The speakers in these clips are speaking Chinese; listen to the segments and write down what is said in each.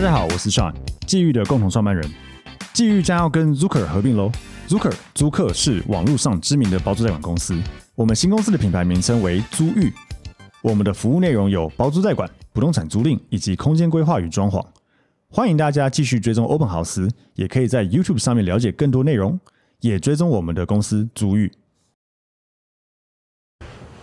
家好，我是 Sean，际遇的共同创办人。际遇将要跟 Zucker 合并喽。Zucker 租客是网络上知名的包租代管公司，我们新公司的品牌名称为租遇。我们的服务内容有包租代管、不动产租赁以及空间规划与装潢。欢迎大家继续追踪 Open House，也可以在 YouTube 上面了解更多内容，也追踪我们的公司租遇。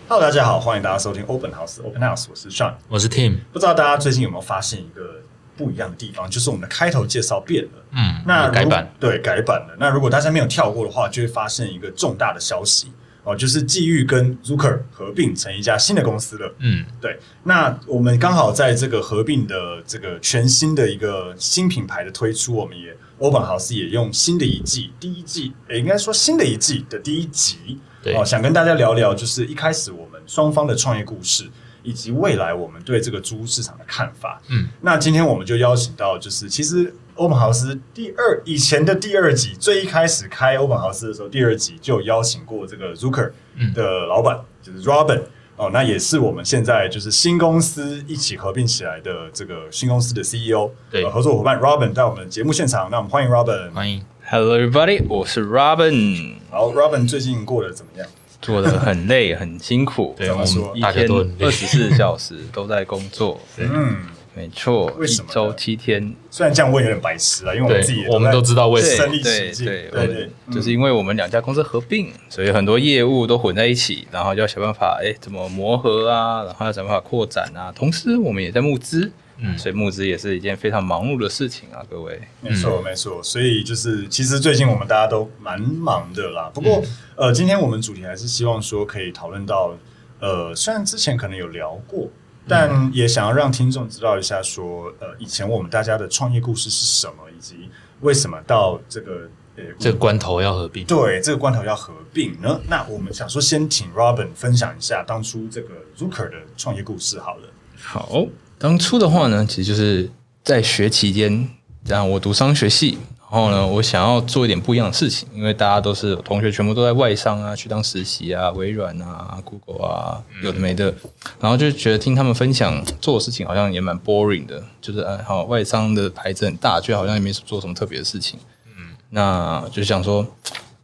Hello，大家好，欢迎大家收听 Open House。Open House，我是 Sean。我是 Tim，不知道大家最近有没有发现一个不一样的地方，就是我们的开头介绍变了。嗯，那如改版，对改版了。那如果大家没有跳过的话，就会发现一个重大的消息哦，就是际遇跟 Zucker 合并成一家新的公司了。嗯，对，那我们刚好在这个合并的这个全新的一个新品牌的推出，我们也欧本豪斯也用新的一季第一季，也应该说新的一季的第一集，对哦，想跟大家聊聊，就是一开始我们双方的创业故事，以及未来我们对这个租屋市场的看法。嗯，那今天我们就邀请到，就是其实欧本豪斯第二以前的第二集，最一开始开欧本豪斯的时候，第二集就邀请过这个 Zucker 嗯的老板，就是 Robin。哦，那也是我们现在就是新公司一起合并起来的这个新公司的 CEO，对呃合作伙伴 Robin 在我们节目现场，那我们欢迎 Robin。欢迎。 Hello everybody，我是 Robin，好，Robin 最近过得怎么样？做的很累，很辛 苦，对怎么说我们一大家天都很累二十四小时都在工作，嗯，没错，为一什么呢周七天，虽然这样问有点白痴啊，因为我对们自己也，我们在都知道为什身么。临对其境对，对我对们嗯就是因为我们两家公司合并，所以很多业务都混在一起，然后就要想办法，哎，怎么磨合啊，然后要想办法扩展啊，同时我们也在募资，嗯所以募资也是一件非常忙碌的事情啊，各位，没错，没错。所以就是，其实最近我们大家都蛮忙的啦。不过，呃，今天我们主题还是希望说可以讨论到，呃，虽然之前可能有聊过，但也想要让听众知道一下说，呃，以前我们大家的创业故事是什么，以及为什么到这个呃这个关头要合并，对这个关头要合并呢？那我们想说，先请 Robin 分享一下当初这个 Zucker 的创业故事好了。好，当初的话呢，其实就是在学期间，这样我读商学系，然后呢，我想要做一点不一样的事情，因为大家都是同学，全部都在外商啊，去当实习啊，微软啊，Google 啊，有的没的，然后就觉得听他们分享做的事情好像也蛮 boring 的，就是哎，好外商的牌子很大，却好像也没做什么特别的事情，嗯，那就想说。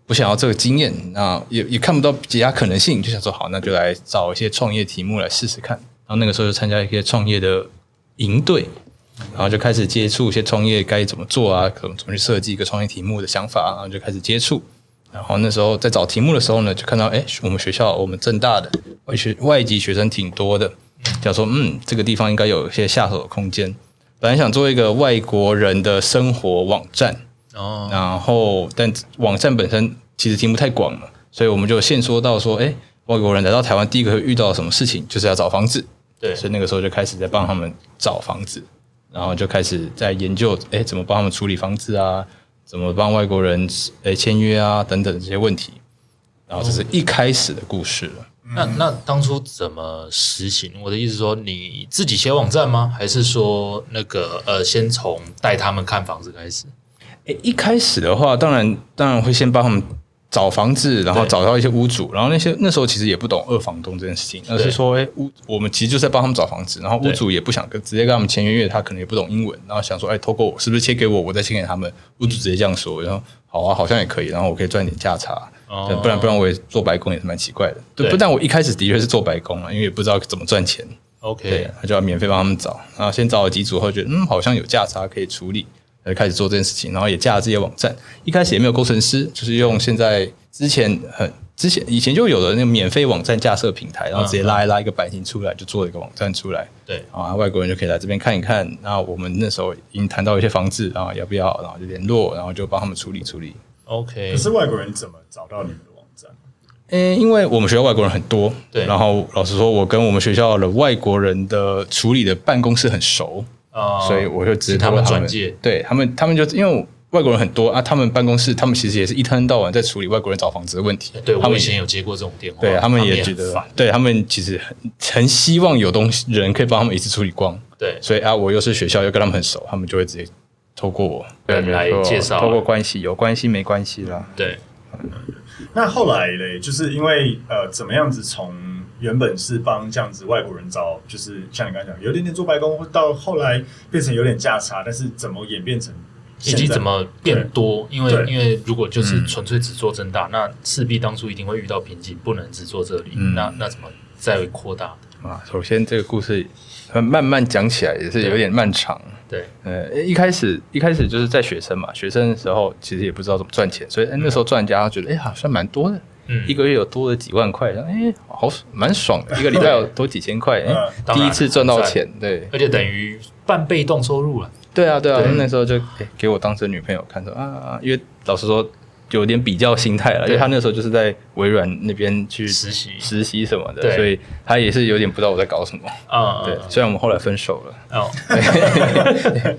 我想要这个经验，那也也看不到其他可能性，就想说好，那就来找一些创业题目来试试看。然后那个时候就参加一些创业的营队，然后就开始接触一些创业该怎么做啊，怎么怎么去设计一个创业题目的想法啊，然后就开始接触。然后那时候在找题目的时候呢，就看到哎，我们学校我们正大的外学外籍学生挺多的，想说嗯，这个地方应该有一些下手的空间。本来想做一个外国人的生活网站，哦，然后但网站本身其实题目太广了，所以我们就限缩到说，哎，外国人来到台湾第一个会遇到什么事情，就是要找房子。对所以那个时候就开始在帮他们找房子，然后就开始在研究，哎，怎么帮他们处理房子啊，怎么帮外国人哎签约啊等等这些问题。然后这是一开始的故事了。那那当初怎么实行？我的意思说，你自己写网站吗？还是说那个呃，先从带他们看房子开始？诶，一开始的话，当然当然会先帮他们找房子，然后对找到一些屋主，然后那些那时候其实也不懂二房东这件事情，而是说，诶，屋我们其实就是在帮他们找房子，然后屋对主也不想跟直接跟他们签约，因为他可能也不懂英文，然后想说，诶，透过我是不是签给我，我再签给他们？屋主直接这样说，然后好啊，好像也可以，然后我可以赚点价差。哦对不然不然我也做白工也是蛮奇怪的。对，对不但我一开始的确是做白工啊，因为也不知道怎么赚钱。对 OK，，他就要免费帮他们找，然后先找了几组后，觉得嗯好像有价差可以处理，呃开始做这件事情，然后也架了这些网站。一开始也没有工程师，就是用现在之前很之前以前就有的那个免费网站架设平台，然后直接拉一拉一个版型出来，就做了一个网站出来。嗯对，啊，外国人就可以来这边看一看。那我们那时候已经谈到一些房子，然后要不要，然后就联络，然后就帮他们处理处理。 OK，可是外国人怎么找到你们的网站？诶，因为我们学校外国人很多，嗯对然后老实说，我跟我们学校的外国人的处理的办公室很熟，啊所以我就直接是他们们转介，对他们，他们就因为外国人很多啊，他们办公室他们其实也是一天到晚在处理外国人找房子的问题，对他我们以也前有接过这种电话，对他们也觉很得烦，对他们其实很很希望有东西人可以帮他们一次处理光，对所以啊，我又是学校又跟他们很熟，他们就会直接透过我对来介绍透过关系，有关系没关系啦，对那后来嘞，就是因为呃，怎么样子从原本是帮这样子外国人找，就是像你刚才讲，有点点做白工，到后来变成有点价差，但是怎么演变成以现在及怎么变多，因为对因为如果就是嗯纯粹只做正大，那势必当初一定会遇到瓶颈，不能只做这里，嗯那那怎么再扩大？啊，首先这个故事呃慢慢讲起来也是有点漫长。对，呃，一开始一开始就是在学生嘛，学生的时候其实也不知道怎么赚钱，所以、哎那时候赚家觉得哎、好像蛮多的，嗯一个月有多了几万块，然后哎、好蛮爽 的，一个礼拜有多几千块，哎、嗯当第然一次赚到钱，对而且等于半被动收入了。对啊对啊，对那时候就、哎给我当成女朋友看说啊，因为老实说有点比较心态了，因为对他那时候就是在微软那边去实习实习什么的，对所以他也是有点不知道我在搞什么，啊、对，虽然我们后来分手了。哦，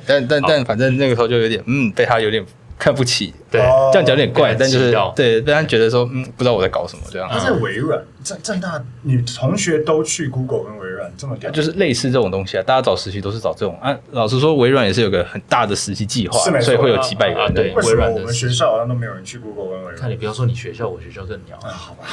但但但反正那个时候就有点，嗯，被他有点看不起，对，哦这样讲有点被怪，他但就气是到对，被他觉得说，嗯，不知道我在搞什么这样嗯他，在微软，正正大，你同学都去 Google 跟微软，这么屌，就是类似这种东西啊。大家找实习都是找这种啊。老实说，微软也是有个很大的实习计划是没，错所以会有几百个啊人啊对为什微么软的我们学校好像都没有人去 Google 跟微看软？你不要说你学校，我学校更鸟。啊，好吧，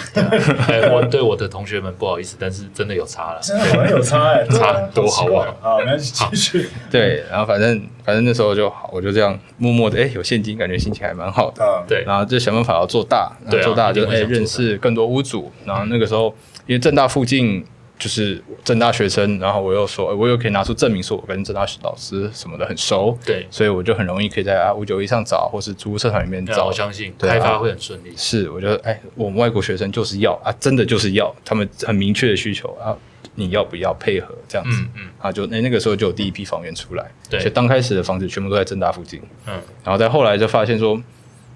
哎，我对我的同学们不好意思，但是真的有差了。真的好像有差哎，差很多好不好好，那继续对，然后反正反正那时候就好，我就这样默默的，哎，有现金，感觉心情还蛮好的。啊，对，然后就想办法要做大，然后对啊做大就一定哎、会想做大认识更多屋主，然后那个时候因为正大附近就是正大学生，然后我又说、哎我又可以拿出证明说我跟正大老师什么的很熟，对所以我就很容易可以在啊五九一上找，或是租屋社团里面那找我。相信对啊开发会很顺利。是，我觉得哎，我们外国学生就是要啊，真的就是要，他们很明确的需求啊，你要不要配合这样子、嗯嗯啊？就那那个时候就有第一批房源出来，对所以当开始的房子全部都在正大附近，嗯，然后再后来就发现说，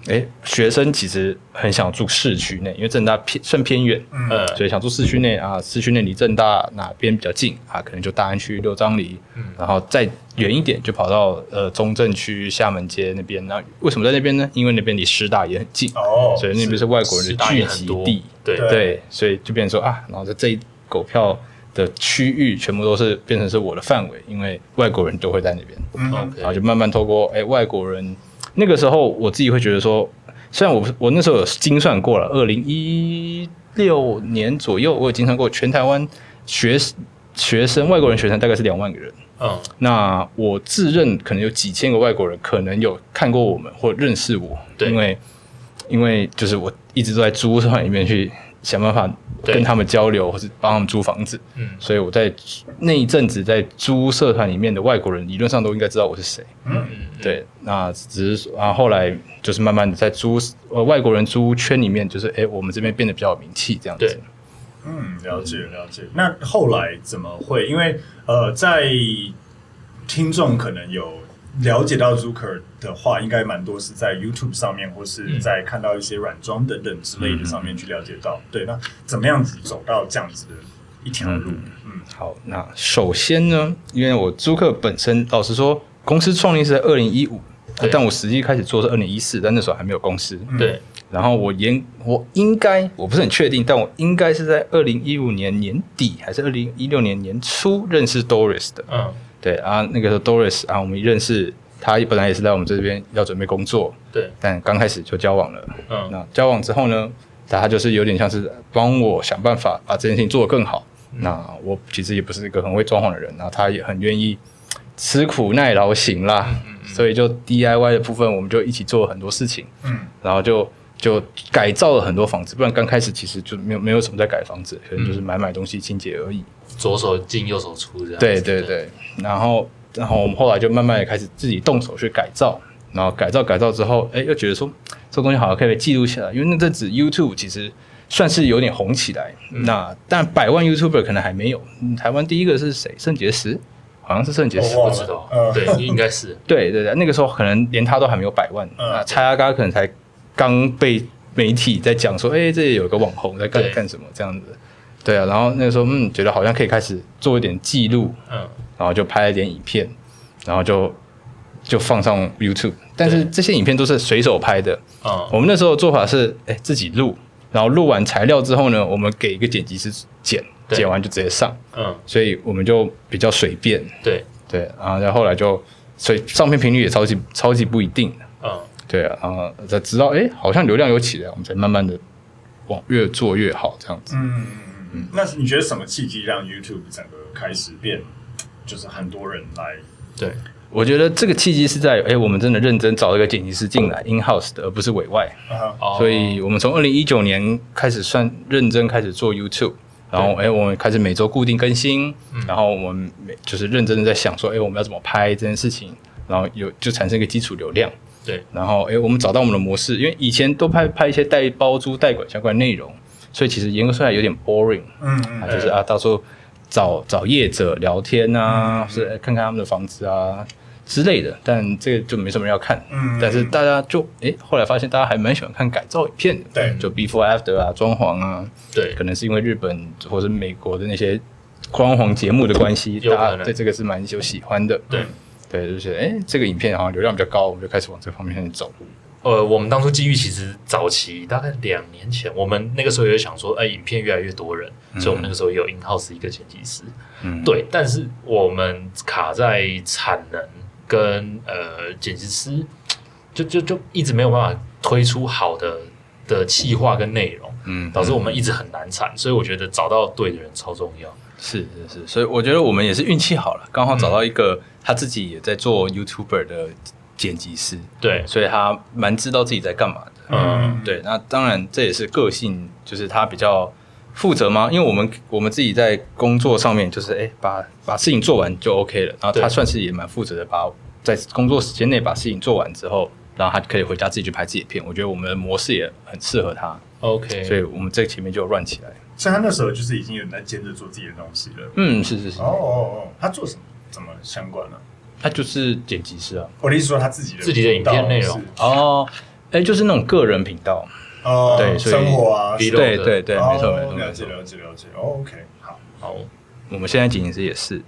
哎，学生其实很想住市区内，因为正大偏算偏远，嗯呃，所以想住市区内啊，市区内离正大哪边比较近啊？可能就大安区六张犁，嗯然后再远一点就跑到呃中正区厦门街那边。那为什么在那边呢？因为那边离师大也很近，哦，所以那边是外国人师的大聚也很集多地，，对对对，所以就变成说啊，然后在这一狗票的区域全部都是变成是我的范围，因为外国人都会在那边。嗯， ，OK，然后就慢慢透过哎、外国人，那个时候我自己会觉得说，虽然我我那时候有精算过了，二零一六年左右我有精算过，全台湾学学生外国人学生大概是两万个人，嗯，那我自认可能有几千个外国人可能有看过我们或认识我，对因为因为就是我一直都在租屋市场里面去想办法对跟他们交流，或是帮他们租房子，嗯所以我在那一阵子在租屋社团里面的外国人理论上都应该知道我是谁，嗯，对，那只是说啊，后来就是慢慢的在租呃外国人租屋圈里面，就是哎、我们这边变得比较有名气这样子对，嗯，了解了解。那后来怎么会？因为呃，在听众可能有了解到 Zucker 的话，应该蛮多是在 YouTube 上面，或是在看到一些软装等等之类的上面去了解到。对，那怎么样子走到这样子的一条路？嗯，好，那首先呢，因为我租客本身，老实说，公司创立是在二零一五，对但我实际开始做是二零一四，但那时候还没有公司。对，然后我研，我应该我不是很确定，但我应该是在二零一五年年底还是二零一六年年初认识 Doris 的。嗯，对啊，那个时候 Doris 啊，我们认识，她本来也是在我们这边要准备工作，对，但刚开始就交往了。嗯，那交往之后呢，他就是有点像是帮我想办法把这件事情做得更好。那我其实也不是一个很会装潢的人，然后他也很愿意吃苦耐劳型啦，所以就 DIY 的部分我们就一起做了很多事情，嗯，然后就就改造了很多房子，不然刚开始其实就没有没有什么在改房子，可能就是买买东西清洁而已。左手进右手出这样子。对对对，然后然后我们后来就慢慢的开始自己动手去改造，然后改造改造之后，哎，又觉得说这个东西好像可以被记录下来，因为那阵子 YouTube 其实算是有点红起来，那但百万 YouTuber 可能还没有，嗯台湾第一个是谁？肾结石，好像是肾结石。哦不知道嗯呃，对，应该是对对对，那个时候可能连他都还没有百万，嗯那蔡阿嘎可能才刚被媒体在讲说，哎、这里有个网红在干对干什么这样子，对啊，然后那个时候嗯，觉得好像可以开始做一点记录，嗯，然后就拍了一点影片，然后就就放上 YouTube。但是这些影片都是随手拍的。嗯，我们那时候的做法是，哎，自己录，然后录完材料之后呢，我们给一个剪辑师剪，对剪完就直接上，嗯，所以我们就比较随便，对，对，然后后来就，所以上片频率也超级超级不一定，嗯，对啊，然后才知道，哎，好像流量有起来，我们才慢慢的往越做越好这样子。嗯嗯嗯，嗯，那你觉得什么契机让 YouTube 整个开始变，就是很多人来？对，我觉得这个契机是在，哎，我们真的认真找一个剪辑师进来 in house 的，而不是委外。啊哦所以我们从二零一九年开始算认真开始做 YouTube，然后哎，我们开始每周固定更新，然后我们每就是认真的在想说，哎，我们要怎么拍这件事情，然后有就产生一个基础流量，对，然后哎，我们找到我们的模式，因为以前都拍拍一些带包租代管相关的内容，所以其实严格说来有点 boring，嗯啊，嗯，就是啊，到时候找找业者聊天啊，或是看看他们的房子啊之类的，但这个就没什么人要看。嗯但是大家就诶，后来发现大家还蛮喜欢看改造影片的，对就 before after 啊，装潢啊，对可能是因为日本或是美国的那些装潢节目的关系，有可大家能对这个是蛮有喜欢的。对，对，就觉得诶，这个影片好像流量比较高，我们就开始往这方面走。呃，我们当初机遇其实早期大概两年前，我们那个时候也想说，哎、影片越来越多人，所以我们那个时候也有 in house 一个剪辑师，嗯，对，但是我们卡在产能跟呃剪辑师，就就就一直没有办法推出好的的企划跟内容，嗯导致我们一直很难产，所以我觉得找到对的人超重要，是是是，所以我觉得我们也是运气好了，刚好找到一个他自己也在做 YouTuber 的剪辑师，对，所以他蛮知道自己在干嘛的。嗯，对，那当然这也是个性，就是他比较负责吗？因为我们我们自己在工作上面就是哎、诶把把事情做完就 OK 了，然后对他算是也蛮负责的，把在工作时间内把事情做完之后。然后他可以回家自己去拍自己的片，我觉得我们的模式也很适合他， OK，所以我们这前面就乱起来。所以他那时候就是已经有人在兼着做自己的东西了。嗯，是是是哦，哦哦，他做什么？怎么相关呢、他就是剪辑师啊。我的意思哦说他自己的自己的影片内容频道哦，哎，就是那种个人频道，是哦，对所以生活啊，比是如对对对，哦没错没了错没解错。了解了解。哦，OK，好，好，我们现在剪影师也是，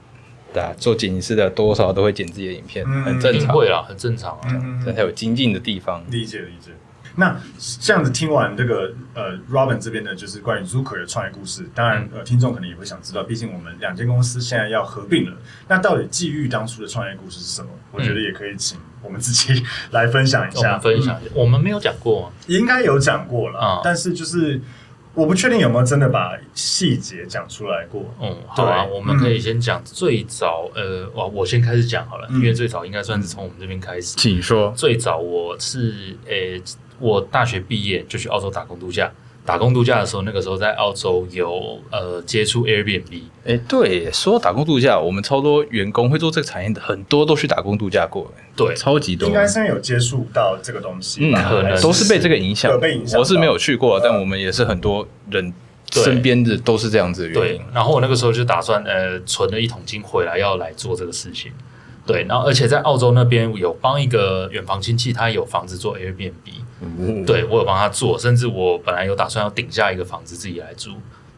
对啊，做剪影师的多少都会剪自己的影片，嗯很一正定常，会啦，很正常啊，嗯这才有精进的地方。理解理解。那这样子听完这个呃，Robin 这边的就是关于 Zucker 的创业故事，当嗯然呃，听众可能也会想知道，毕竟我们两间公司现在要合并了，那到底际遇当初的创业故事是什么？我觉得也可以请我们自己来分享一嗯我们下，分享一下，我们没有讲过吗？应该有讲过了，啊但是就是我不确定有没有真的把细节讲出来过。嗯，好啊，对我们可以先讲最早，呃，我我先开始讲好了，嗯因为最早应该算是从我们这边开始。请说，最早我是，呃，我大学毕业就去澳洲打工度假。打工度假的时候，那个时候在澳洲有呃接触 Airbnb，哎，对，说到打工度假，我们超多员工会做这个产业的，很多都去打工度假过，哎对超级多应。该是因为有接触到这个东西嗯吧，，可能还都是被这个影响有被影。响我是到没有去过，嗯但我们也是很多人对身边的都是这样子的原对因。，然后我那个时候就打算呃存了一桶金回来要来做这个事情。对，然后而且在澳洲那边有帮一个远房亲戚，他有房子做 Airbnb，哦，对我有帮他做，甚至我本来有打算要顶下一个房子自己来住，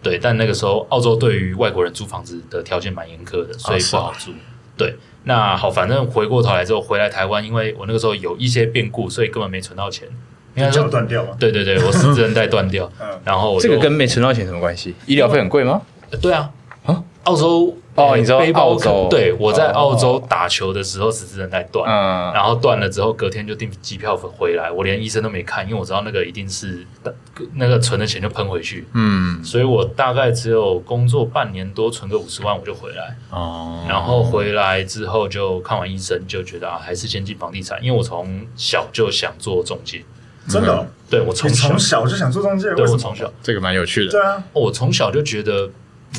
对，但那个时候澳洲对于外国人租房子的条件蛮严苛的，所以是不啊好租。对，那好，反正回过头来之后回来台湾，因为我那个时候有一些变故，所以根本没存到钱。应该脚说，断掉了。对对对，我 是韧带断掉嗯，然后我这个就跟没存到钱有什么关系？医疗费很贵吗？呃对啊啊。澳洲哦呃你知道背包客澳洲对我在哦澳洲打球的时候十字韧带断，嗯，然后断了之后，隔天就订机票回来，我连医生都没看，因为我知道那个一定是那个存的钱就喷回去，嗯，所以我大概只有工作半年多，存个五十万我就回来，哦然后回来之后就看完医生，就觉得啊，还是先进房地产，因为我从小就想做中介，真的哦，对我从你小从，小就想做中介，嗯对为什我么从小，这个蛮有趣的。对啊，我从小就觉得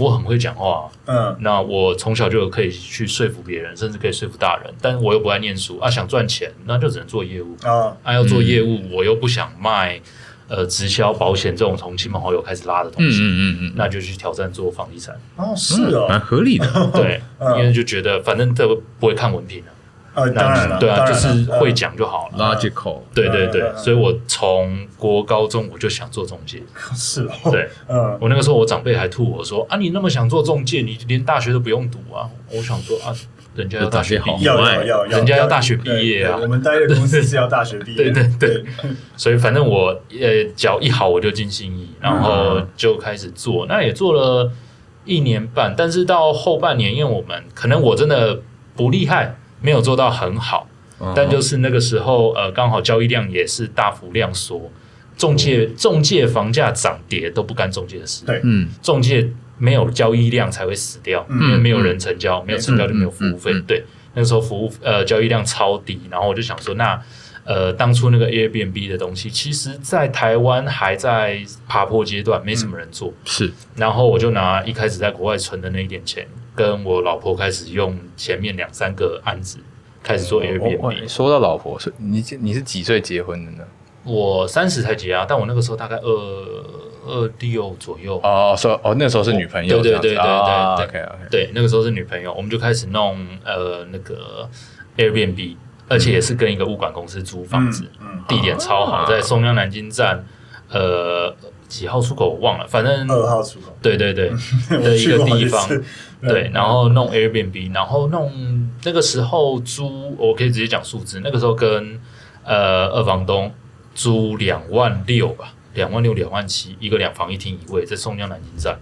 我很会讲话，啊嗯，那我从小就有可以去说服别人，甚至可以说服大人，但我又不爱念书啊，想赚钱，那就只能做业务。啊，啊，要做业务，嗯我又不想卖呃直销、保险这种从亲朋好友开始拉的东西，嗯那就去挑战做房地产。哦，是嗯啊哦，合 理的。对， 嗯因为就觉得反正这不会看文凭啊，呃，那当然了，对当啊，就然了是会，讲就好了。 Logical，对对嗯对嗯，嗯所以我从国高中我就想做中介。嗯是 哦，对，嗯，我那个时候我长辈还吐我说啊，你那么想做中介，你连大学都不用读啊。我想说啊，人家要大学毕业，有要我爱要要，人家要大学毕业啊对对我们待的公司是要大学毕业， 对对对，所以反正我呃脚一好我就进信义，然后就开始做，那也做了一年半，但是到后半年，因为我们可能我真的不厉害，没有做哦到很好，但就是那个时候呃刚好交易量也是大幅量缩，中介中介房价涨跌都不干中介的事，对嗯，中介没有交易量才会死掉，嗯因为没有人成交，没有成交就没有服务费。嗯嗯嗯对，那时候服务呃交易量超低，然后我就想说，那呃当初那个 Airbnb 的东西，其实在台湾还在爬坡阶段，没什么人做。是然后我就拿一开始在国外存的那一点钱，跟我老婆开始用前面两三个案子开始做我我 Airbnb。说到老婆，是你你是几岁结婚的呢？我三十才结啊，但我那个时候大概二二六左右。哦，说哦，那时候是女朋友，对对对对对啊对 o k OK，对，那个时候是女朋友，我们就开始弄呃那个 Airbnb，而且也是跟一个物管公司租房子，嗯，地点超好，啊在松江南京站，呃几号出口我忘了，反正嗯二号出口对对 对 我的一去个过地一 方，次，对，然后弄 Airbnb，然后弄那个时候租，我可以直接讲数字，那个时候跟呃二房东租两万六吧，两万六两万七，一个两房一厅一卫，在松江南京站，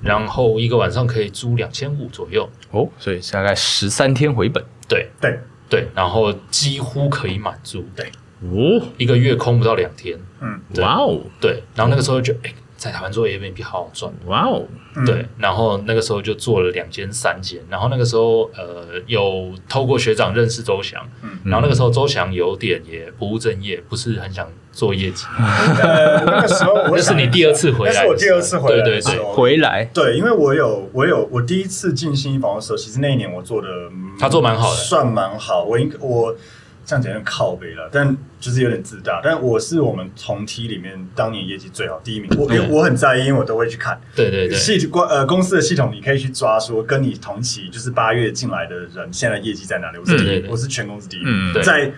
然后一个晚上可以租两千五左右。哦，所以大概十三天回本，对对对，然后几乎可以满足，对，哦，一个月空不到两天，嗯对哇哦，对，然后那个时候就觉得，哎、在台湾做 Airbnb 好好赚，哇哦，嗯对，然后那个时候就做了两间、三间，然后那个时候呃有透过学长认识周翔，嗯然后那个时候周翔有点也不务正业，不是很想做业绩，呃，那个时候我 那是想你第二次回来的时那候，是我第二次回来对对的时对，候，回来对，因为我有我有我第一次进新一房的时候，其实那一年我做的，嗯他做蛮好的算蛮好。我应我这样讲有点靠背了，但就是有点自大。但我是我们同梯里面当年业绩最好第一名，我因为嗯我很在意，因为我都会去看对对对，系关呃公司的系统，你可以去抓说跟你同期就是八月进来的人现在业绩在哪里。我是第嗯一对，对我是全公司第一嗯名，对在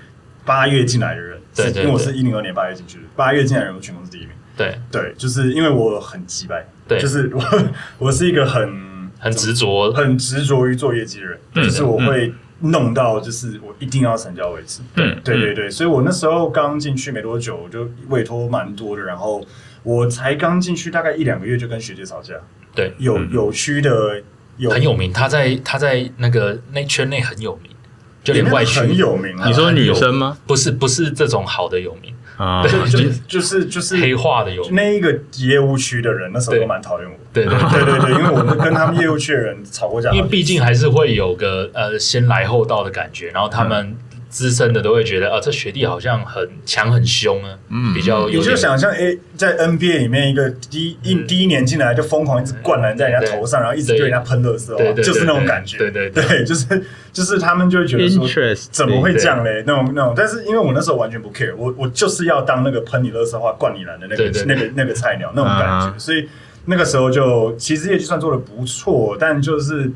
八月进来的人，是对对对因为我是一零二年八月进去的，八月进来的人我全公司第一名。对对，就是因为我很急败，对就是 我我是一个很很执着，很执着于做业绩的人，嗯对就是我会弄到，就是我一定要成交为止。嗯对对对对，所以我那时候刚进去没多久，我就委托蛮多的，然后我才刚进去大概一两个月就跟学姐吵架，对，有嗯有区的有很有名，他在他在那个那圈内很有名，就连里面外区很有名啊，你说女生吗？不是不是这种好的有名，啊， 就就就是就是黑化的有名，那一个业务区的人，那时候对都蛮讨厌我。对对对对对，因为我们跟他们业务区的人吵过架， 因为毕竟还是会有个呃先来后到的感觉，然后他们资深的都会觉得啊、这学弟好像很强很凶啊，嗯比较你有就点想象 A 在 NBA 里面一个第一一嗯第一年进来就疯狂一直灌篮在人家头上，然后一直对人家喷垃圾对话，对，就是那种感对觉。对对对， 就是就是他们就会觉得说 interest 怎么会这样嘞？那种那种，但是因为我那时候完全不 care，我我就是要当那个喷你垃圾话、灌你篮的那对个对那个那个菜鸟那种感啊觉，所以那个时候就其实业绩算做的不错，但就是。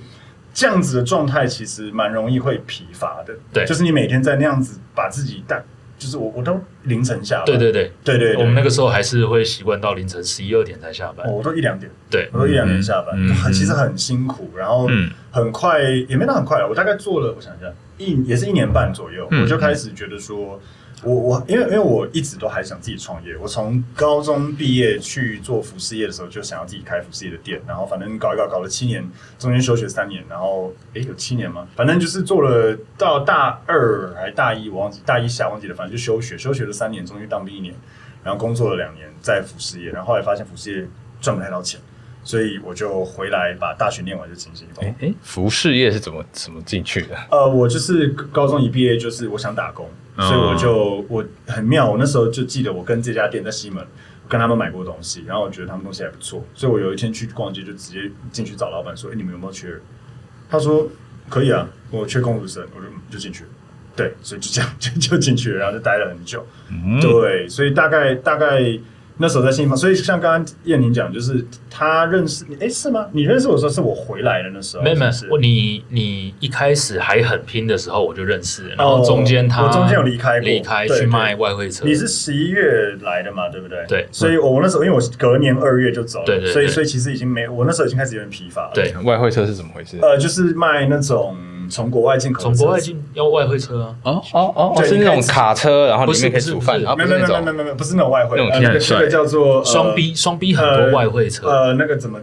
这样子的状态其实蛮容易会疲乏的，对就是你每天在那样子把自己带，就是我我都凌晨下班，对对对，对对，对我们那个时候还是会习惯到凌晨十一二点才下班哦，我都一两点，对我都一两点下班，嗯嗯很其实很辛苦，然后嗯很快也没到很快啊了，我大概做了，我想一下，一也是一年半左右，嗯我就开始觉得说，我我因为因为我一直都还想自己创业，我从高中毕业去做服饰业的时候，就想要自己开服饰业的店，然后反正搞一搞，搞了七年，中间休学三年，然后诶有七年吗？反正就是做了到大二还大一，我忘记大一下忘记了，反正就休学，休学了三年，终于当兵一年，然后工作了两年在服饰业，然后后来发现服饰业赚不太到钱。所以我就回来把大学念完就进行一哎哎，服饰业是怎么怎么进去的？呃，我就是高中一毕业就是我想打工，嗯哦所以我就我很妙，我那时候就记得我跟这家店在西门。跟他们买过东西，然后我觉得他们东西还不错，所以我有一天去逛街就直接进去找老板说：“哎，你们有没有缺人？”他说：“可以啊，我缺工读生。”我就嗯就进去了，对，所以就这样 就就进去了，然后就待了很久。嗯，对，所以大概大概那时候在新房，所以像刚刚燕宁讲，就是他认识你，哎，是吗？你认识我的时候是我回来的那时候，没有没有是不是，我你你一开始还很拼的时候我就认识了，然后中间他哦我中间有离开过离开对去对卖外汇车，你是十一月来的嘛，对不对？对所以我那时候因为我是隔年二月就走了，对对对所以所以其实已经没，我那时候已经开始有点疲乏了。对外汇车是怎么回事？呃，就是卖那种从国外进口的车从子，国外进要外汇车啊，哦哦哦哦，对是那种卡车，然后里面可不以是煮饭，不是然后没不有，是没那有没有没有种没有没有，不是那种外汇，那种呃听起来那个很帅那个叫做呃双 B 双 B 很呃多外汇车，呃，那个怎么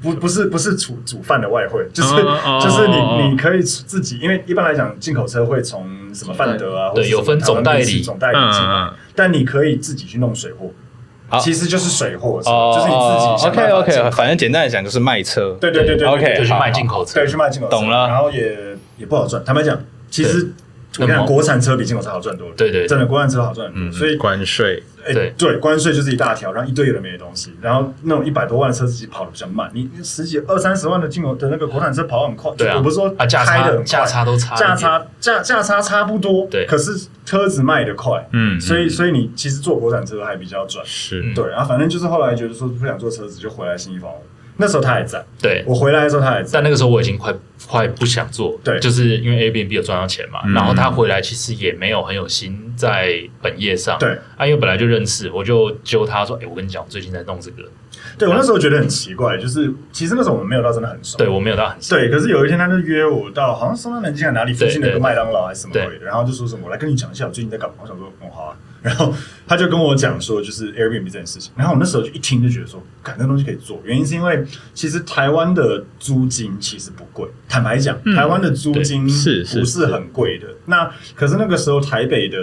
不不是不是煮煮饭的外汇，就是、哦哦就是哦你你可以自己，因为一般来讲进口车会从什么范德啊，对或者是有分什么总代理台湾公司总代理进来，嗯嗯嗯但你可以自己去弄水货。啊好其实就是水货，哦，就是你自己想 OK 哦办法进 OK，反正简单来讲就是卖车，对对对对对 OK，就去好卖进口车对，。去卖进口车，懂了然后也也不好赚。坦白讲，其实我那跟你讲，么国产车比进口车好赚多了。对对对真的国产车好赚很多。嗯，所以，关税哎对对，关税就是一大条，然后一堆有的没的东西，然后那种一百多万的车自己跑的比较慢，你你十几二三十万的进口的那个国产车跑得很快，对啊，我不是说啊价开差得很快价差都差一点价差价价差差不多，对可是车子卖得快，嗯所以所以你其实做国产车还比较赚，是嗯对，然后反正就是后来觉得说不想做车子，就回来新一房屋。那时候他还在，对，我回来的时候他还在，但那个时候我已经快快不想做，对就是因为 Airbnb 有赚到钱嘛，嗯然后他回来其实也没有很有心在本业上，对啊，因为本来就认识，我就揪他说，哎、我跟你讲，我最近在弄这个，对我那时候觉得很奇怪，就是其实那时候我们没有到真的很熟，对我没有到很熟，对可是有一天他就约我到好像松山南京还啊哪里附近的一个对对麦当劳还是什么对鬼的，然后就说什么我来跟你讲一下我最近在干嘛，我想说哦好啊，然后他就跟我讲说就是 Airbnb 这件事情，然后我那时候就一听就觉得说，感那东西可以做，原因是因为其实台湾的租金其实不贵，坦白讲，台湾的租金对是是不是很贵的，那可是那个时候台北的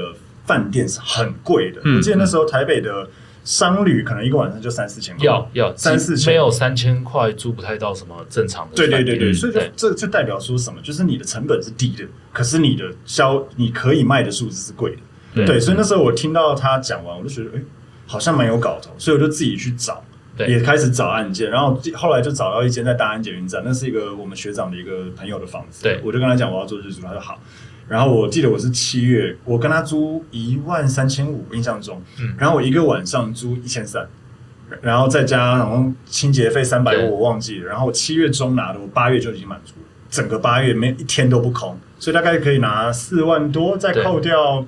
饭店是很贵的，嗯我记得那时候台北的商旅可能一个晚上就三四千块，要要三四千没有三千块租不太到什么正常的对饭对店，对对，嗯所以就这就代表说什么？就是你的成本是低的，可是你的销你可以卖的数字是贵的。对嗯对，所以那时候我听到他讲完，我就觉得哎、诶好像蛮有搞头，所以我就自己去找，对也开始找案件，然后后来就找到一间在大安捷运站，那是一个我们学长的一个朋友的房子，对我就跟他讲我要做日租，他说好。然后我记得我是七月，我跟他租一万三千五，印象中，嗯然后我一个晚上租一千三，然后再加然后清洁费三百对五，我忘记了。然后我七月中拿的，我八月就已经满足了，整个八月没一天都不空，所以大概可以拿四万多，再对扣掉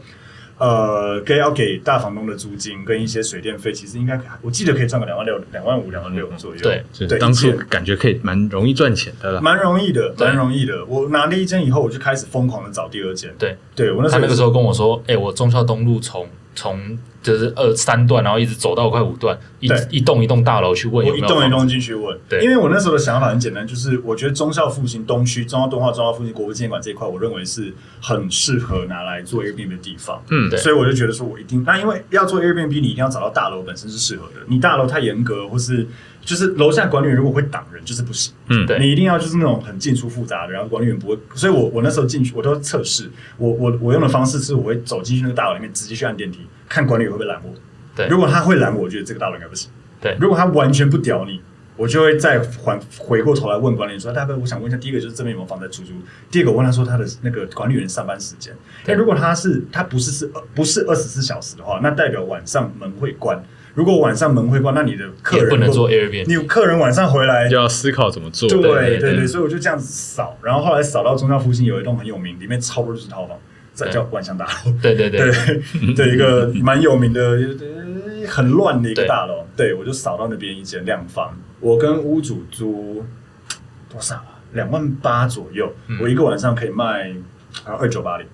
呃给要给大房东的租金跟一些水电费，其实应该我记得可以赚个两万六、两万五、两万六左右。对是对，当初一间感觉可以蛮容易赚钱的啦。蛮容易的，对蛮容易的。我拿了一间以后，我就开始疯狂的找第二间。对，对我那时他候那个时候跟我说，哎、我忠孝东路从从就是二三段，然后一直走到快五段，一对一栋一栋大楼去问有我没一有栋一房栋子，进去问，对因为我那时候的想法很简单，就是我觉得忠孝复兴东区、忠孝东化、忠孝复兴国父纪念馆这一块，我认为是很适合拿来做 Airbnb 的地方。嗯对所以我就觉得说，我一定那因为要做 Airbnb，你一定要找到大楼本身是适合的。你大楼太严格，或是就是楼下管理员如果会挡人，就是不行。嗯对你一定要就是那种很进出复杂的，然后管理员不会。所以我我那时候进去，我都测试，我我我用的方式是，我会走进去那个大楼里面，直接去按电梯，看管理员会不会拦我。对如果他会拦我，我觉得这个大楼应该不行。对如果他完全不屌你，我就会再还回过头来问管理员说：“大哥，我想问一下，第一个就是这边有没有房在出租？第二个我问他说他的那个管理员上班时间。那对如果他是他不是是不是二十四小时的话，那代表晚上门会关。如果晚上门会关，那你的客也人不能如果做 Airbnb，你有客人晚上回来，要思考怎么做对对对对对所以我就这样子扫，然后后来扫到中校附近有一栋很有名，里面超多就是套房，在对叫万象大楼。对对对，对 对，一个蛮有名的、呃很乱的一个大楼。对我就扫到那边一间两房，我跟屋主租多少啊？两万八左右，嗯我一个晚上可以卖好像二九八零，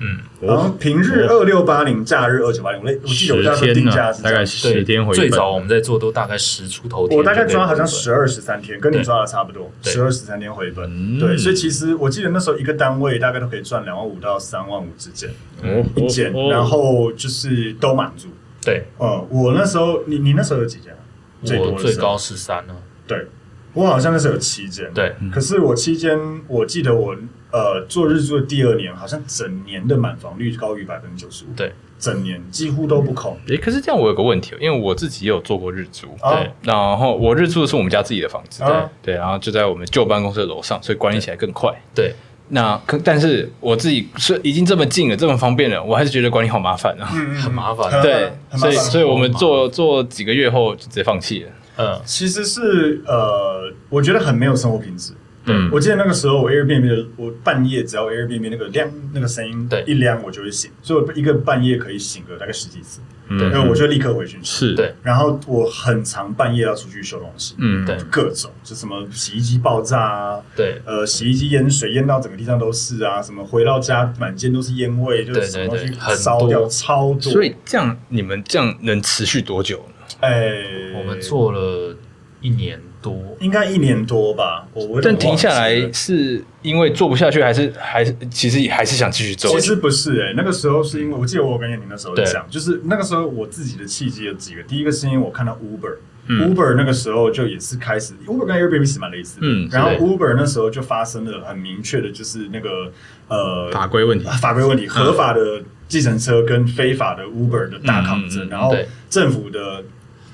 嗯，然后平日二六八零，假日二九八零。我那我记得我那时候十天定呢价是这大样概子对十天回本最早我们在做都大概十出头天我就可大概以回本，抓好像十二十三天，跟你对抓的差不多，对十二十三天回本。嗯对，所以其实我记得那时候一个单位大概都可以赚两万五到三万五之间哦一间，然后就是都满足。对，呃，我那时候，你你那时候有几间啊？最多我的最时候高十三呢，对，我好像那时候有七间。，对，嗯可是我期间，我记得我呃做日租的第二年，好像整年的满房率高于百分之九十五。对，整年几乎都不空。诶，可是这样我有个问题哦，因为我自己也有做过日租，啊对然后我日租的是我们家自己的房子，啊对，然后就在我们旧办公室的楼上，所以管理起来更快。嗯对，那可但是我自己是已经这么近了，这么方便了，我还是觉得管理好麻烦啊。嗯很麻烦很对，很麻所以烦所以我们做做几个月后就直接放弃了。嗯，其实是呃，我觉得很没有生活品质。嗯我记得那个时候，我 Airbnb 的，我半夜只要 Airbnb 那个亮那个声音对一亮，我就会醒，所以我一个半夜可以醒个大概十几次，嗯因为我就立刻回去是，对，然后我很常半夜要出去修东西，嗯，对各种就什么洗衣机爆炸啊，对呃，洗衣机淹水淹到整个地上都是啊，什么回到家满间都是烟味，就是对什么东对西对很烧掉多超多。所以，这样你们这样能持续多久呢？哎、我们做了一年多，应该一年多吧。我我有点但停下忘记来了是因为做不下去，还是还是其实还是想继续做其？实不是哎、那个时候是因为我记得我跟你那时候嗯对讲，就是那个时候我自己的契机有几个，第一个是因为我看到 Uber。嗯 Uber 那个时候就也是开始，Uber 跟 Airbnb 是蛮类似的。嗯然后是 Uber 那时候就发生了很明确的，就是那个呃法规问题，法规问题，合法的计程车跟非法的 Uber 的大抗争，嗯嗯嗯然后对政府的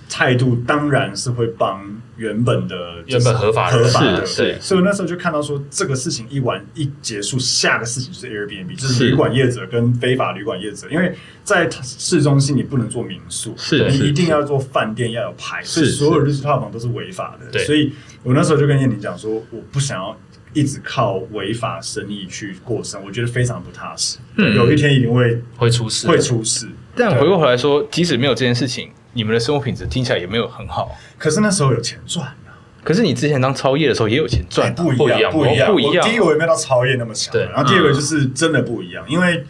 态度当然是会帮原本的原本合法的合法的，是是所以我那时候就看到说，这个事情一完一结束，下个事情就是 Airbnb，就是是旅馆业者跟非法旅馆业者，因为在市中心你不能做民宿，是你是一定要做饭店要有牌，所以是所有的日式套房都是违法的，对所以我那时候就跟燕玲讲说，我不想要。一直靠违法生意去过生，我觉得非常不踏实。嗯有一天一定会会出事，会出事。但回过头来说，即使没有这件事情，你们的生活品质听起来也没有很好。可是那时候有钱赚啊，可是你之前当超业的时候也有钱赚啊，不一不一样，样不一样，哦不一样我第一个我也没有到超越那么强，啊对然后第二个就是真的不一样，因为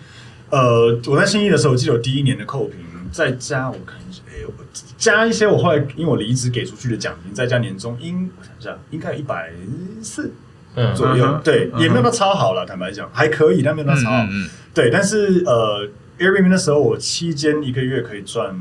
呃，我在新一的时候，我记得我第一年的扣评，再加我看一下，哎、我加一些我后来因为我离职给出去的奖金，再加年终，应我想一下，应该一百四嗯，左右，嗯哼对嗯，哼也没有到超好了，坦白讲，还可以，但没有到嗯超好。嗯嗯，对，但是呃，Airbnb 那时候我期间一个月可以赚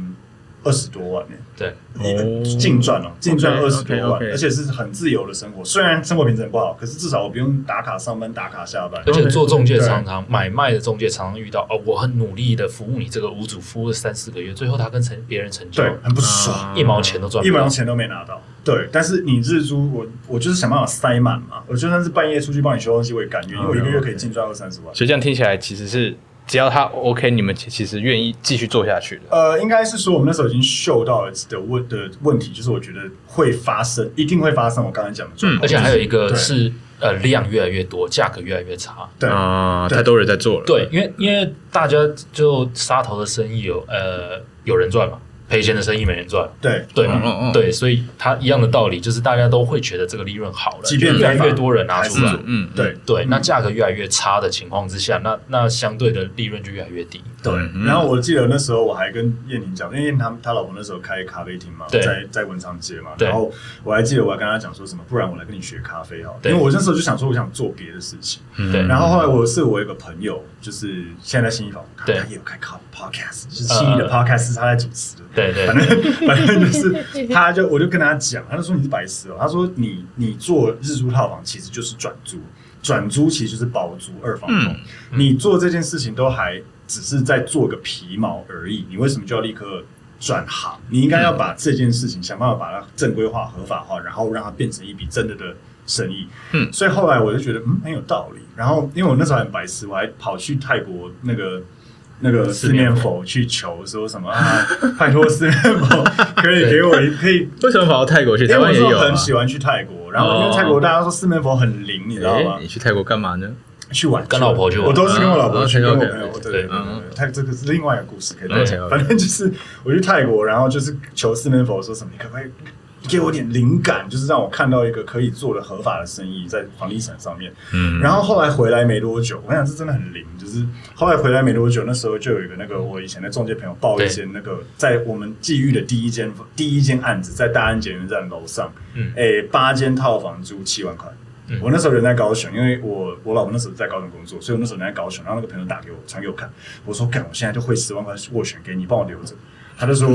二十多万呢、对，哦净赚哦，净赚二十多 OK，OK，OK 万，而且是很自由的生活。虽然生活品质很不好，可是至少我不用打卡上班、打卡下班而。且做中介常对常买卖的中介常常遇到哦，我很努力的服务你这个屋主，服务了三四个月，最后他跟成别人成交，对，很不爽，啊一毛钱都赚一不毛到。钱都没拿到。对，但是你日租，我我就是想办法塞满嘛。我就算是半夜出去帮你修东西，我也甘愿，因为我一个月可以净赚二三十万。所以这样听起来其实是只要他 OK，你们其其实愿意继续做下去的。呃，应该是说我们那时候已经嗅到的问的问题，就是我觉得会发生，一定会发生。我刚才讲的状况，嗯而且还有一个对是呃量越来越多，价格越来越差。对啊对多人在做了，对，因为因为大家就杀头的生意有呃有人赚嘛，赔钱的生意没人赚，对，对嗯嗯嘛嗯对，所以它一样的道理，就是大家都会觉得这个利润好了，即便越来非越法多人拿出还来是，嗯，嗯，对对，那价格越来越差的情况之下，那那相对的利润就越来越低。对嗯，然后我记得那时候我还跟燕玲讲，因为她她老婆那时候开咖啡厅嘛，对在在文昌街嘛，对然后我还记得我还跟她讲说什么，不然我来跟你学咖啡好了，对嗯因为我那时候就想说我想做别的事情。对然后后来我是我有一个朋友，就是现在在新一房，他对呃他也有开咖 podcast，就是新一的 podcast 是他在主持的，对对反正反正 就是，他就我就跟他讲，他就说你是白痴哦、他说你你做日租套房其实就是转租，转租其实就是包租二房嗯东，你做这件事情都还只是在做个皮毛而已，你为什么就要立刻转行？你应该要把这件事情想办法把它正规化、合法化，然后让它变成一笔真的的生意。嗯所以后来我就觉得嗯很有道理，然后因为我那时候很白痴，我还跑去泰国那个。那个四面佛去求说什么啊？拜托四面佛，可以给我一可以。为什么跑到泰国去？因为台我湾那也时候有啊很喜欢去泰国，然后因哦为泰国大家说四面佛很灵，你知道吗诶？你去泰国干嘛呢？去玩，跟老婆去玩我都是跟我老婆去，嗯跟我 OK，OK，朋友。对对对对对嗯对，泰这个是另外一个故事，可以再讲。 OK，OK 反正就是我去泰国，然后就是求四面佛说什么，你可不可以给我点灵感，就是让我看到一个可以做的合法的生意在房地产上面。嗯然后后来回来没多久，我想这真的很灵，就是后来回来没多久，那时候就有一个那个我以前的中介朋友报一间那个在我们际遇的第一间第一间案子，在大安捷运站楼上，嗯诶八间套房租七万块。嗯我那时候人在高雄，因为我我老婆那时候在高雄工作，所以我那时候人在高雄。然后那个朋友打给我，传给我看，我说：“干，我现在就汇十万块斡旋给你，帮我留 着。”他就说：“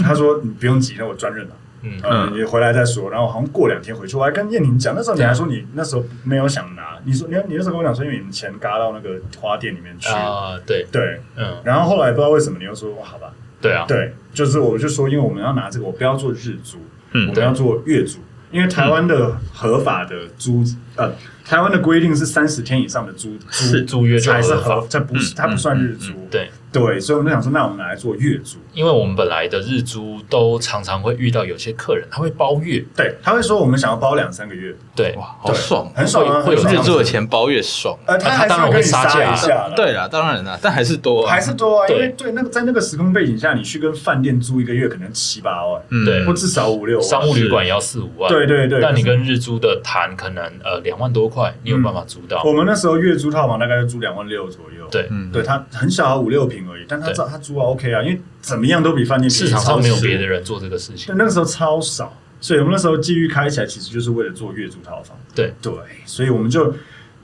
他说你不用急，那我专任了、嗯呃，嗯你回来再说。然后好像过两天回去，我还跟燕宁讲，那时候你还说你那时候没有想拿，你说你你那时候跟我讲说，因为你们钱嘎到那个花店里面去，啊，对，对。嗯，然后后来不知道为什么你又说，哇好吧，对啊，对，就是我就说，因为我们要拿这个，我不要做日租，嗯我们要做月租，因为台湾的合法的租，呃，台湾的规定是三十天以上的租租租约就才是合法嗯合，这不是它不算日租，对，对，所以我们就想说，那我们拿来做月租，因为我们本来的日租都常常会遇到有些客人他会包月，对，他会说我们想要包两三个月，对，哇，好爽对！很爽啊，会很会爽日啊做的钱包越爽，呃，他啊他还是当然会跟会你杀价一下啦，对啦，当然啦，但还是多啊，啊还是多啊，因对为对那个在那个时空背景下，你去跟饭店租一个月可能七八万，嗯对或至少五六万，商务旅馆也要四五万，对对对，但你跟日租的谈可能呃两万多块，你有办法租到，我们那时候月租套房大概就租两万六左右，对，嗯对，它很小啊，五六平而已，但他对照他租啊 OK 啊，因为怎么样都比饭店便宜市场上没有别超的市人做这个事情对，，那个时候超少，所以我们那时候际遇开起来，其实就是为了做月租套房。对对，所以我们就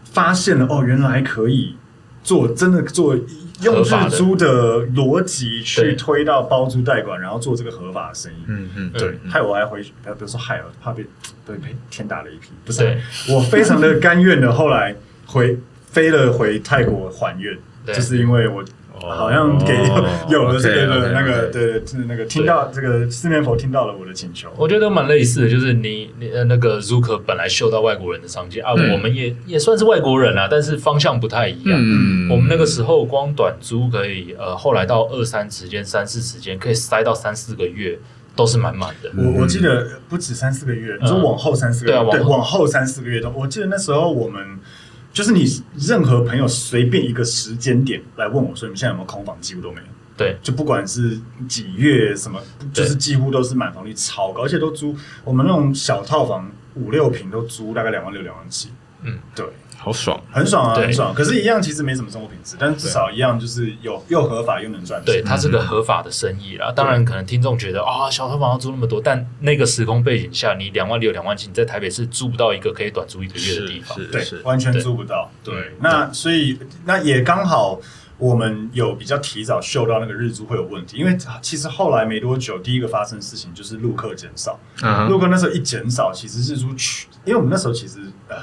发现了哦，原来可以做真的做用合日法的租的逻辑去对推到包租代管，然后做这个合法的生意。嗯嗯，对，嗯害我还回，不要不要说害我，怕被被被天打雷劈。不是啊对，我非常的甘愿的，后来回飞了回泰国还愿，对哦就是因为我哦好像给 有了这个 OK，OK，OK 那个对对那个听到这个四面佛听到了我的请求，我觉得都蛮类似的，就是你你呃那个 Zucker 本来秀到外国人的商机啊，嗯我们也也算是外国人啊，但是方向不太一样。嗯我们那个时候候光短租可以，呃，后来到二三时间、三四时间，可以塞到三四个月，都是满满的。我我记得不止三四个月，你说嗯往后三四个对啊月，往对，后往后三四个月都，我记得那时候我们。就是你任何朋友随便一个时间点来问我说你们现在有没有空房，几乎都没有。对，就不管是几月什么，就对是几乎都是满房率超高，而且都租我们那种小套房五六平都租大概两万六两万七，嗯，对，好爽，很爽啊，对很爽。可是，一样其实没什么生活品质，但至少一样就是有又合法又能赚对，钱。嗯它是个合法的生意啦。当然，可能听众觉得啊、小套房要租那么多，但那个时空背景下，你两万六、两万七，你在台北是租不到一个可以短租一个月的地方。对，啊完全对租不到。对对，那所以那也刚好。我们有比较提早嗅到那个日租会有问题，因为其实后来没多久，第一个发生的事情就是陆客减少，啊如果那时候一减少，其实日租去，因为我们那时候其实呃，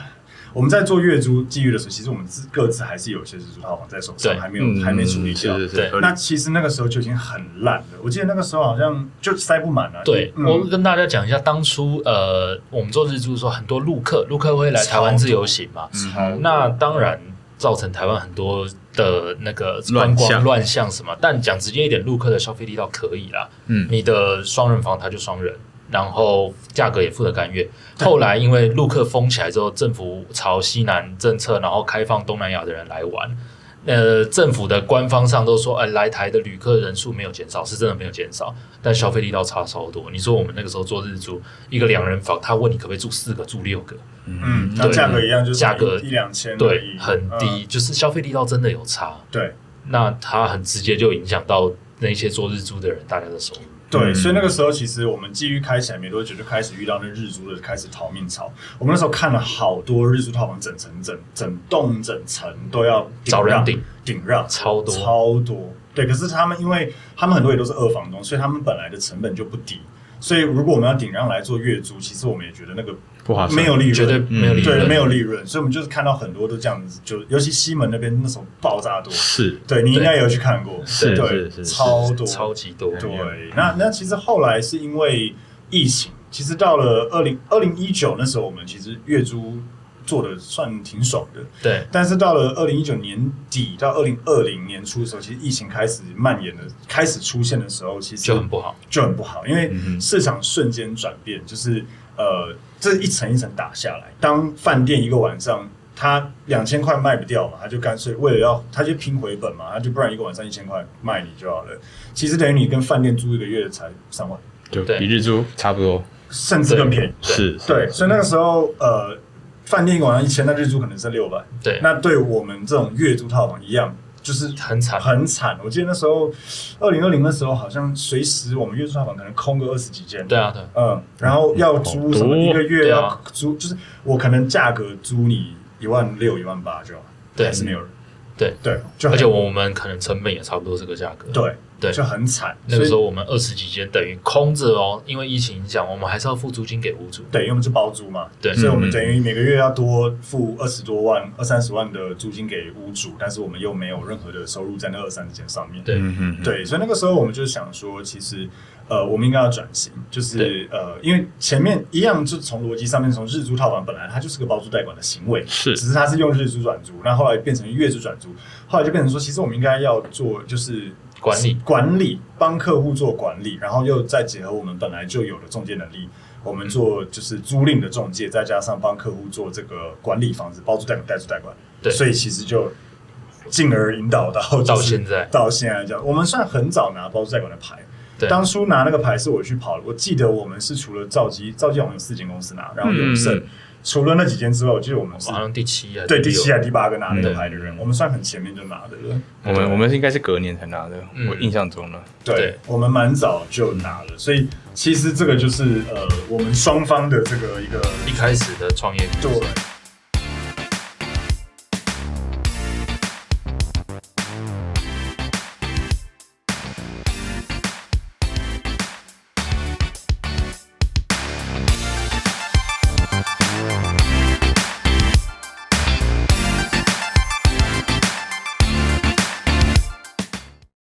我们在做月租寄遇的时候，其实我们自各自还是有一些日租套房在手上，对还没有、还没处理掉。嗯是是对是，合理那其实那个时候就已经很烂了，我记得那个时候好像就塞不满了、对，嗯我跟大家讲一下，当初呃，我们做日租的时候，很多陆客，陆客会来台湾自由行嘛，超多那当然造成台湾很多的那个观乱象光乱象什么。但讲直接一点，陆客的消费力道可以啦，嗯你的双人房它就双人。然后价格也付得甘愿。后来因为陆客封起来之后，政府朝西南政策，然后开放东南亚的人来玩。呃，政府的官方上都说，哎、来台的旅客人数没有减少，是真的没有减少，但消费力道差超多。你说我们那个时候做日租，一个两人房，他问你可不可以住四个、住六个，嗯，那价格一样，就是价格一两千而已，对，很低，嗯就是消费力道真的有差。对那它很直接就影响到那些做日租的人大家的收入。对，嗯所以那个时候其实我们寄遇开起来没多久，就开始遇到那日租的开始逃命潮。我们那时候看了好多日租套房，整层、整整栋、整层都要顶找人让顶顶让，超多超多。对，可是他们因为他们很多也都是二房东，所以他们本来的成本就不低。所以如果我们要顶让来做月租，其实我们也觉得那个不划算没有利润，绝对没有利润嗯对，没有利润。所以我们就是看到很多都这样子，就尤其西门那边那时候爆炸多。是对你应该也有去看过，是对是是是超多超级多。嗯对，那那其实后来是因为疫情，其实到了二零二零一九那时候，我们其实月租做的算挺爽的。对但是到了二零一九年底到二零二零年初的时候，其实疫情开始蔓延的，开始出现的时候，其实就很不好。就很不好，因为嗯哼市场瞬间转变，就是呃，这一层一层打下来。当饭店一个晚上，他两千块卖不掉嘛，他就干脆为了要，他就拼回本嘛，他就不然一个晚上一千块卖你就好了。其实等于你跟饭店租一个月才三万，就对比日租差不多，甚至更便宜。是对，所以那个时候呃，饭店一个晚上一千，那日租可能是六百。对，那对我们这种月租套房一样，就是很惨。很惨。我记得那时候二零二零的时候，好像随时我们月租套房可能空个二十几间。对啊，对啊，嗯，然后要租什么嗯一个月对啊要租，就是我可能价格租你一万六、一万八就好，对还是没有人，对对，就很而且我们可能成本也差不多这个价格。对对就很惨，那个时所以候我们二十几间等于空着哦，因为疫情影响，我们还是要付租金给屋主。对，因为我们是包租嘛，对所以我们嗯等于每个月要多付二十多万、二三十万的租金给屋主，但是我们又没有任何的收入在那二三十间上面，对嗯嗯，对，所以那个时候我们就是想说，其实呃，我们应该要转型，就是呃，因为前面一样，就从逻辑上面，从日租套房本来它就是个包租代管的行为，是只是它是用日租转租，那后来变成月租转租，后来就变成说，其实我们应该要做就是管理管理帮客户做管理，然后又再结合我们本来就有的中介能力。我们做就是租赁的中介，再加上帮客户做这个管理房子包租代管、代租代管，对所以其实就进而引导到、就是、到现在，到现在这样，我们算很早拿包租代管的牌。对当初拿那个牌是我去跑的，我记得我们是除了赵基，赵基好像有四间公司拿，然后永盛、嗯除了那几间之外，我记得我们是好像第七还是对第第六嗯七还是第八个拿那个对牌的人，我们算很前面就拿的了。我们我们应该是隔年才拿的，嗯我印象中呢，对对，我们蛮早就拿了，所以其实这个就是呃，我们双方的这个一个一开始的创业故事对